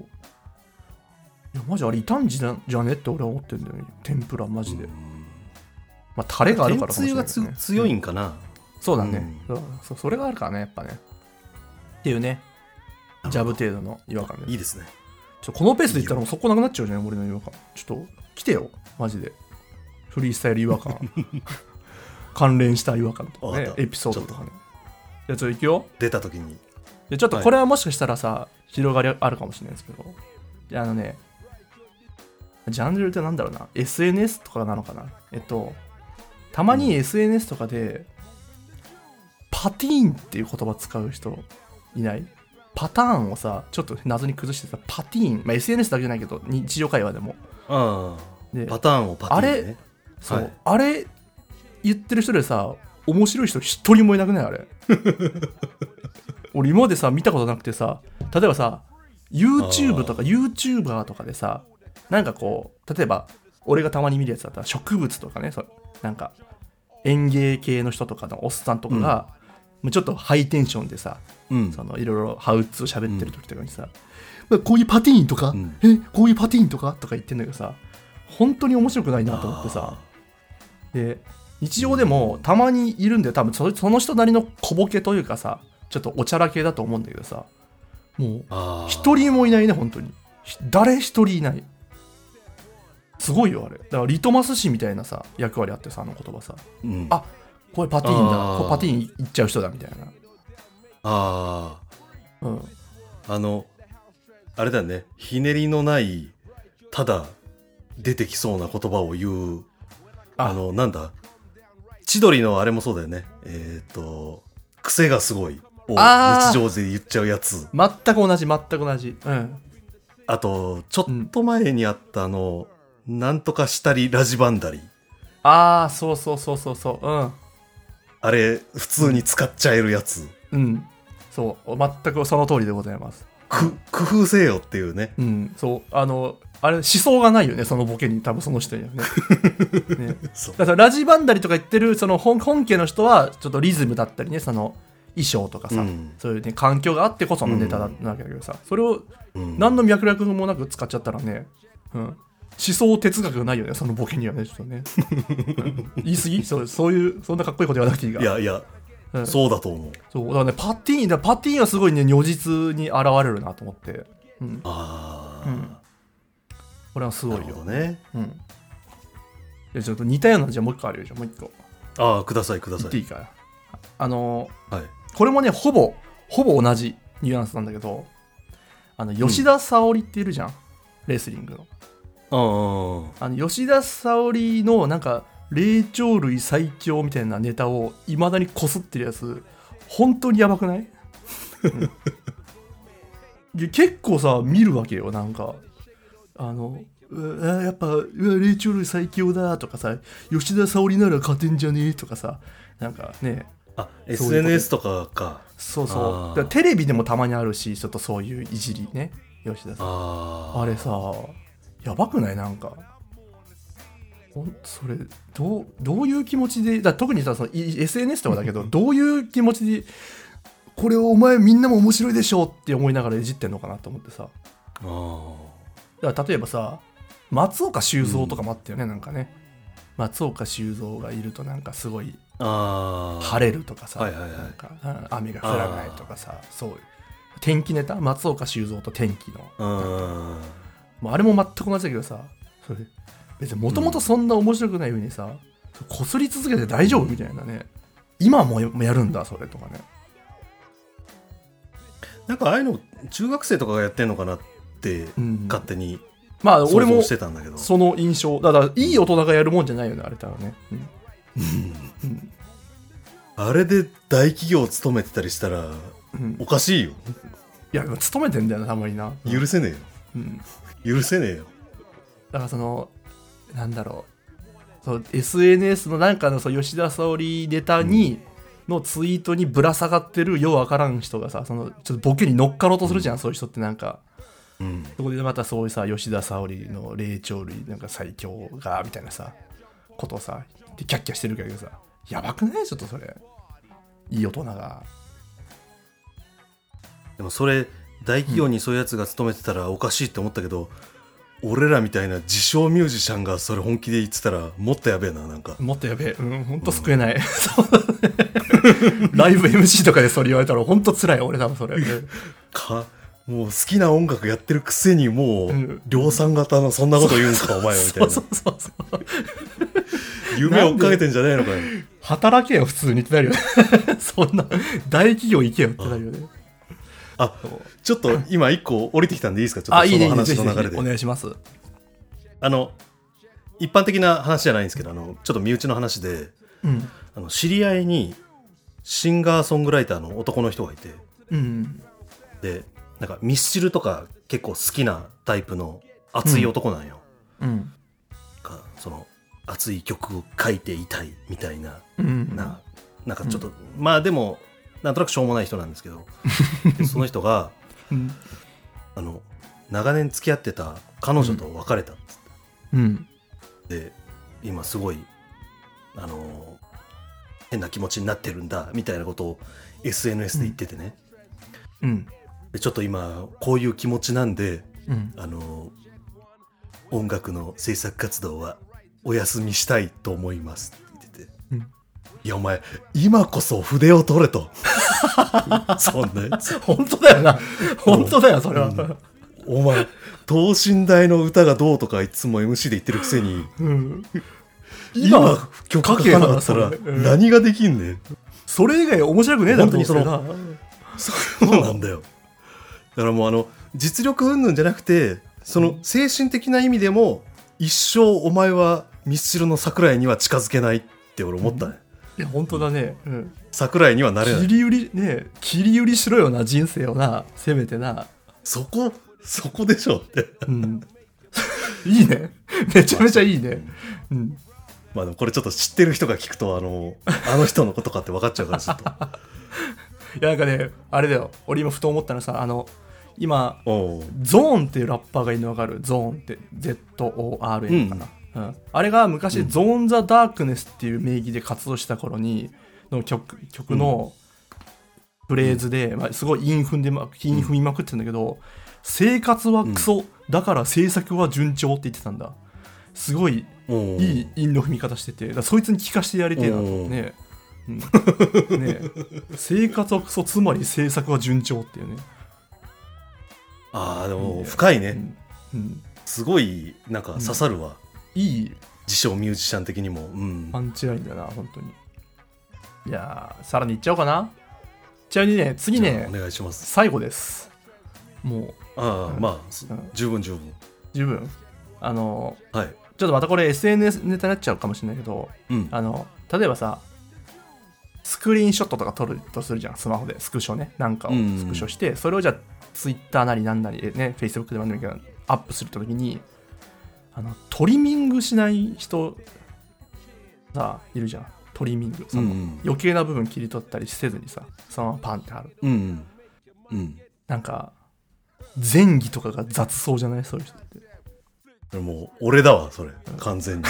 やマジあれ傷んじゃじゃねって俺は思ってんだよね天ぷらマジで、うんまあタレがある天からかもしれつゆながいけどつね、強いんかな、そうだね、そうそうそれがあるからねやっぱねっていうねジャブ程度の違和感でいいですねちょこのペースでいったらもうそこなくなっちゃうじゃん俺の違和感ちょっと来てよマジでフリースタイル違和感関連した違和感とかわかねったエピソードとかねじゃあちょっと行くよ出た時にでちょっとこれはもしかしたらさ、広がりあるかもしれないですけどであのねジャンルってなんだろうな SNS とかなのかなえっとたまに SNS とかで、パティーンっていう言葉使う人いないパターンをさちょっと謎に崩してさパティーン、まあ、SNS だけじゃないけど日常会話でもああでパターンをパターンねそう、はいあれ言ってる人でさ面白い人一人もいなくないあ れ俺今までさ見たことなくてさ例えばさ YouTube とか YouTuber とかでさなんかこう例えば俺がたまに見るやつだったら植物とかねそうなんか園芸系の人とかのおっさんとかが、もうちょっとハイテンションでさうんそのいろいろハウツー喋ってる時とかにさ、まあこういうパティーンとか、うんえこういうパティーンとかとか言ってんだけどさ本当に面白くないなと思ってさで日常でもたまにいるんで多分それその人なりの小ボケというかさちょっとおちゃらけだと思うんだけどさもうああ一人もいないね本当にひ誰一人いないすごいよあれだからリトマス紙みたいなさ役割あってさあの言葉さうんあこれパティーンだあーこれパティーンいっちゃう人だみたいあなうんああのあれだねひねりのないただ出てきそうな言葉を言うああのなんだ千鳥のあれもそうだよねえっ、と癖がすごいをあー日常で言っちゃうやつ全く同じ全く同じうんあとちょっと前にあったあの、なんとかしたりラジバンダリああそうそうそうそうそううんあれ普通に使っちゃえるやつ、うんそう全くその通りでございますく工夫せよっていうねうんそうあのあれ思想がないよねそのボケに多分その人にはねねそうだからラジバンダリとか言ってるその本本家の人はちょっとリズムだったりねその衣装とかさ、うんそういうね環境があってこそのネタだうんなわけだけどさそれをうん何の脈絡もなく使っちゃったらね、うん、思想哲学がないよねそのボケにはねちょっとね、うん言い過ぎそうそういうそんなかっこいいこと言わなくていいがいやいや、うんそうだと思うそうだからねパティーンだパティーンはすごいね如実に現れるなと思って、うん、あうんあ、これはすごないるほよ、どねうん、いやちょっと似たようなのじゃあもう一個あるよじゃあもう一個ああくださいくだ言さっていいいかなあのはいこれもねほぼほぼ同じニュアンスなんだけどあの吉田沙保里っているじゃん、レスリングのあああの吉田沙保里のなんか霊長類最強みたいなネタをいまだにこすってるやつ本当にやばくない、うんいや 結構さ見るわけよなんかあのうわやっぱうわ霊長類最強だとかさ吉田沙保里なら勝てんじゃねえとかさなんかねああそういうこと SNS とかかそうあーそうだからテレビでもたまにあるしちょっとそういういじりね吉田さんあーあれさやばくないなんかほんそれどうどういう気持ちでだ特にさそのい SNS とかだ けどどういう気持ちでこれをお前みんなも面白いでしょって思いながらいじってんのかなと思ってさあーだから例えばさ松岡修造とかもあったよね、なんかね松岡修造がいるとなんかすごいあー晴れるとかさ、はいはいはいなんかうん雨が降らないとかさそういう天気ネタ松岡修造と天気のうんもうあれも全く同じだけどさそれ別にもともとそんな面白くない上にさこす、擦り続けて大丈夫みたいなね今もややるんだそれとかねなんかああいうの中学生とかがやってんのかなってうん勝手にまあ想俺も像してたんだけど、その印象だからいい大人がやるもんじゃないよねあれ多分ね、うんあれで大企業を勤めてたりしたらうんおかしいよいやでも勤めてんだよなたまにな、許せねうん、だえよ許せねえよからそのなんだろうそう SNS のなんかのそう吉田沙保里ネタに、のツイートにぶら下がってるようわからん人がさそのちょっとボケに乗っかろうとするじゃん、そういう人ってなんかうんそこでまたそういうさ吉田沙保里の霊長類なんか最強がみたいなさことをさでキャッキャしてるけどさやばくないちょっとそれいい大人がでもそれ大企業にそういうやつが勤めてたらおかしいって思ったけど、俺らみたいな自称ミュージシャンがそれ本気で言ってたらもっとやべえななんかもっとやべえうんほんと救えない、 そうライブ MC とかでそれ言われたらほんと辛い俺多分そ れかもう好きな音楽やってるくせにもう、ん量産型のそんなこと言うんすかお前はみたいそうなそうそうそう夢を追っかけてんじゃねえのかよ働けよ普通にってなるよね そんな大企業行けよってなるよねあちょっと今一個降りてきたんでいいですかちょっあといそいねのいいねぜ話ひのぜ流れでひお願いしますあの一般的な話じゃないんですけどあのちょっと身内の話でうんあの知り合いにシンガーソングライターの男の人がいてうんでなんかミスチルとか結構好きなタイプの熱い男なんよ、うんかその熱い曲を書いていたいみたいなうんななんかちょっと、まあでもなんとなくしょうもない人なんです けどでその人がうんあの長年付き合ってた彼女と別れたっつっうんて、で今すごいあのー変な気持ちになってるんだみたいなことを SNS で言っててね、うんでちょっと今こういう気持ちなんでうんあのー音楽の制作活動はお休みしたいと思いますって言ってて、うんいやお前今こそ筆を取 れとそんなやつ本当だよな本当だよそれは、お前等身大の歌がどうとかいつも MC で言ってるくせにうん、今今曲書かなかったら書けよそれうん何ができんねんそれ以外面白くねえだろ本当にそのどうせなそうなんだよだからもうあの実力云々じゃなくてその精神的な意味でも一生お前はミスチルの桜井には近づけないって俺思ったね、いや本当だね、うん、桜井にはなれな切いり売りね切り売りしろよな人生をなせめてな、そこそこでしょって うん、いいねめちゃめちゃいいね、うん、まあでもこれちょっと知ってる人が聞くとあのあの人のことかって分かっちゃうからちょっと いやなんかねあれだよ俺今ふと思ったのさあの今おうゾーンっていうラッパーがいるの分かるゾーンって ZORN かな、うんあれが昔、ゾーン・ザ・ダークネスっていう名義で活動した頃にの曲曲のフレーズで、まあ、すごい韻踏んで、ま、韻踏みまくってるんだけど、生活はクソ、だから制作は順調って言ってたんだすごいおういい韻の踏み方しててだからそいつに聞かせてやりてえなと思ってね,、うんねえ生活はクソつまり制作は順調っていうね、ああでいいもね深いね、うんうん、すごいなんか刺さるわ、いい自称ミュージシャン的にもうんパンチラインだな、本当に。いやー、さらにいっちゃおうかな。ちなみにね、次じゃあねお、願いします最後です。もああまあすうん十分十分う、十分。あの、はいちょっとまたこれ SNS ネタになっちゃうかもしれないけど、うんあの、例えばさ、スクリーンショットとか撮るとするじゃん、スマホで、スクショね、なんかをうんスクショして、それをじゃあ、Twitter なりなんなり、ね、Facebook でも何でもいいけど、アップするときに、あの、トリミングしない人、さ、いるじゃん。トリミングそうんうのん余計な部分切り取ったりせずにさそのままパンって貼るうんうんなんか前儀とかが雑そうじゃないそういう人ってうんもう俺だわそれ完全に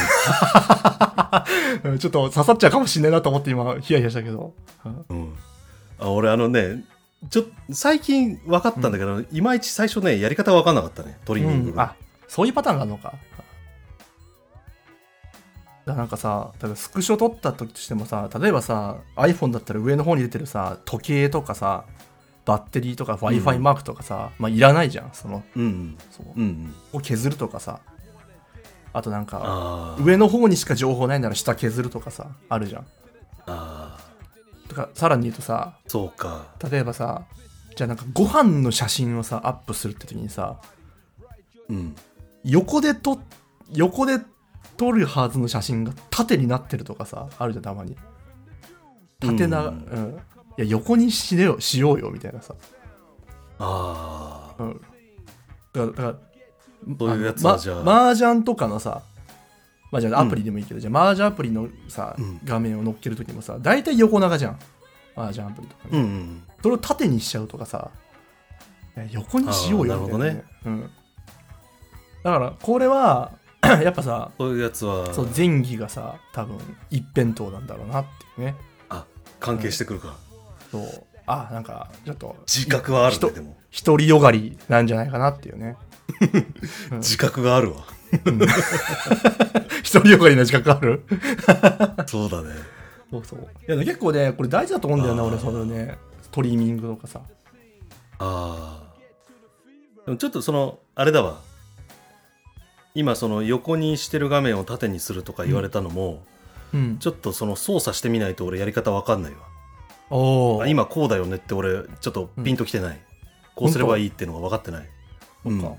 うん ちょっと刺さっちゃうかもしれないなと思って今ヒヤヒヤしたけど、うんうんあ俺あのねちょっと最近分かったんだけど、いまいち最初ねやり方分かんなかったねトリミングうんあが、そういうパターンがあるのかだなんかさ例えばスクショ撮った時としてもさ例えばさ iPhone だったら上の方に出てるさ時計とかさバッテリーとか w i f i マークとかさ、まあ、いらないじゃんそのうんそううんうんうんを削るとかさあとなんかあー上の方にしか情報ないなら下削るとかさあるじゃんあーとかさらに言うとさそうか例えばさじゃあなんかご飯の写真をさアップするって時にさうん横で撮っ横で撮るはずの写真が縦になってるとかさあるじゃんたまに縦な、ううんんいや横にしねよしようよみたいなさ、ああうん、だからだからそういうやつまはじゃあ、マージャンとかのさマージャンアプリでもいいけど、じゃあマージャンアプリのさ、うん画面を乗っけるときもさ大体横長じゃんマージャンアプリとかね、うんうんそれを縦にしちゃうとかさいや横にしようよあーみたいななるうん、だからこれは やっぱさそういうやつはそう前儀がさ多分一辺倒なんだろうなっていうねあ関係してくるか、そうあなんかちょっと自覚はあるひとねでも独りよがりなんじゃないかなっていう ねうん自覚があるわ独りよがりな自覚あるそうだねそうそういや結構ねこれ大事だと思うんだよなあー俺そのねトリミングとかさああでもちょっとそのあれだわ今その横にしてる画面を縦にするとか言われたのも、うんちょっとその操作してみないと俺やり方わかんないわおおあ今こうだよねって俺ちょっとピンときてない、こうすればいいっていうのが分かってないそっかうんま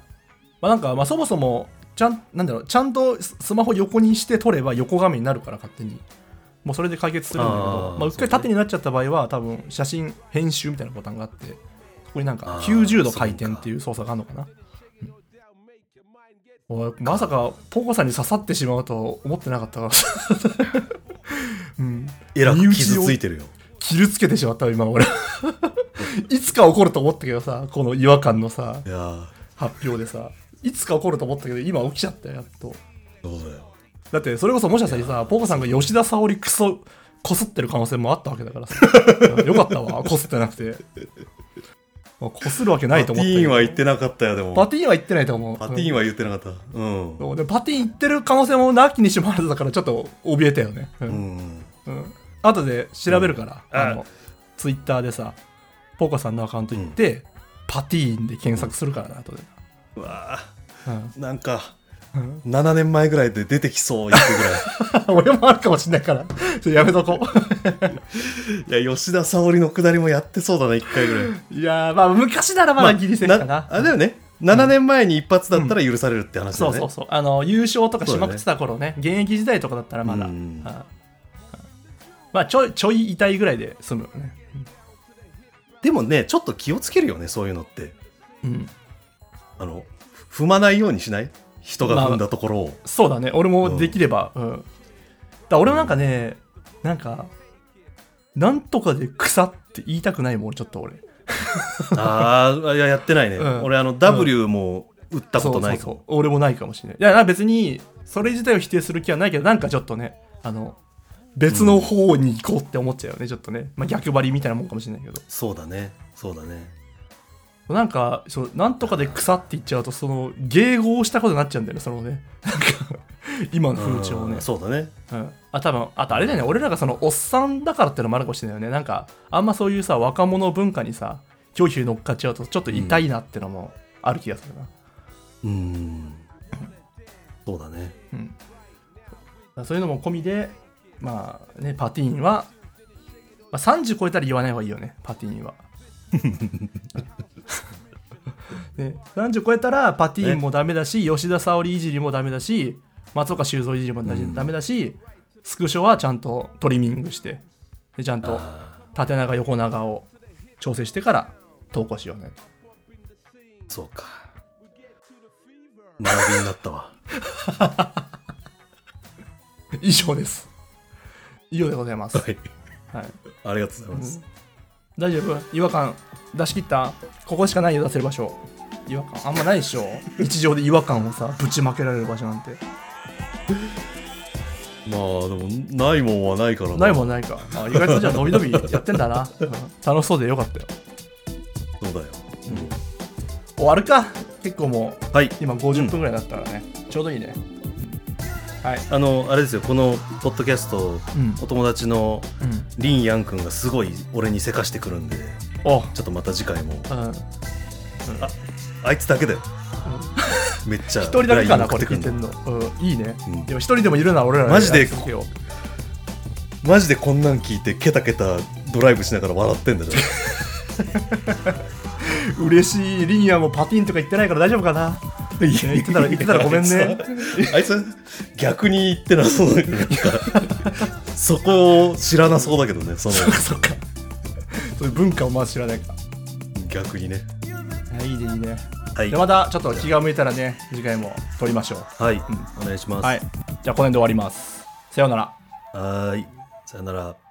あなんかまあそもそもちゃんなんだろうちゃんとススマホ横にして撮れば横画面になるから勝手にもうそれで解決するんだけどあーまあ、うっそうかねり縦になっちゃった場合は多分写真編集みたいなボタンがあってそこになんかあー90度回転っていう操作があるのかなおいまさかポコさんに刺さってしまうと思ってなかったから、 うん、えら身内くを傷ついてるよ傷つけてしまった今俺 いつか起こると思ったけどさこの違和感のさいやー発表でさいつか起こると思ったけど今起きちゃったよやっとそうだよだってそれこそもしかしたらさポコさんが吉田沙保里クソこすってる可能性もあったわけだからさうんよかった わこすってなくてまあこするわけないと思パっテてィーンは言言ってなかったよでもパティーンは言ってないと思うパティーンは言ってなかったうんうんそうでパティーン言ってる可能性もなきにしもあらずだからちょっと怯えたよねうん、うんうん後で調べるから、うんあのツイッターでさポコさんのアカウント行って、パティーンで検索するからな後で、うわあうん なんかうん7年前ぐらいで出てきそう言って俺もあるかもしれないから、ちょっとやめとこう。ぐらいいや吉田沙保里のくだりもやってそうだな1回ぐらいいやー、 まあ昔ならまだギリセーフかな。あれだよね7年前に一発だったら許されるって話だそようね、そうそう。あの、優勝とかしまくってた頃ね、現役時代とかだったらまだ。ううんんまあ、ちょい、ちょい痛いぐらいで済むよね。でもねちょっと気をつけるよねそういうのってうん。あの踏まないようにしない人が踏んだところを、そうだね、俺もできれば。うん。だから俺もなんかね、なんか、なんとかで草って言いたくないもん、ちょっと俺。あー、あいややってないね、うん俺あの W も打ったことないかそうそうもそう俺もないかもしれないいやな別にそれ自体を否定する気はないけどなんかちょっとねあの別の方に行こうって思っちゃうよね、ちょっとね、まあ、逆張りみたいなもんかもしれないけどそうだねそうだねなんかそうなんとかで草って言っちゃうとその迎合したことになっちゃうんだよねそのねなんか今の風潮をねうんそうだねうん、あ多分あとあれだよね俺らがそのおっさんだからってのもあるかもしれないよねなんかあんまそういうさ若者文化にさひょいひょい乗っかっちゃうとちょっと痛いなってのもある気がするな、うーんそうだねうん、そういうのも込みで、まあね、パティーンは、まあ、30超えたら言わない方がいいよね、パティーンは。ね、30超えたらパティーンもダメだし、吉田沙保里いじりもダメだし、松岡修造いじりもダメダメだし、スクショはちゃんとトリミングして、でちゃんとあ縦長、横長を調整してから投稿しようね。ーそうか学 びになったわ以上です。以上でございます。はい。はいありがとうございます。大丈夫違和感出し切ったここしかないよ出せる場所違和感あんまないでしょ日常で違和感をさぶちまけられる場所なんてまあでもないもんはないからないもんないかあ意外とじゃあ伸び伸びやってんだな、うん 楽しそうでよかったよそうだよ。終わるか結構もうはい。今50分ぐらいだったからね、ちょうどいいねはいあのあれですよこのポッドキャスト、うんお友達のうんリンヤン君がすごい俺にせかしてくるんでおちょっとまた次回もうんあいつだけだよ。めっちゃ一人だけかなこれく聞いてんの、うん、いいね、うんでも一人でもいるなら俺らマジでやり続けようマジでこんなん聞いてケタケタドライブしながら笑ってん だよ。嬉しいリニアもパティンとか言ってないから大丈夫かな言ってたら言ってたらごめんねあいつは逆に言ってなそうだけどなんかそこを知らなそうだけどねそのそっかそっかそういう文化をまず知らないか逆にねらいいいいねいいね、はいでまたちょっと気が向いたらね次回も撮りましょうはい、お願いしますはいじゃあこの辺で終わりますさようならはーいさよなら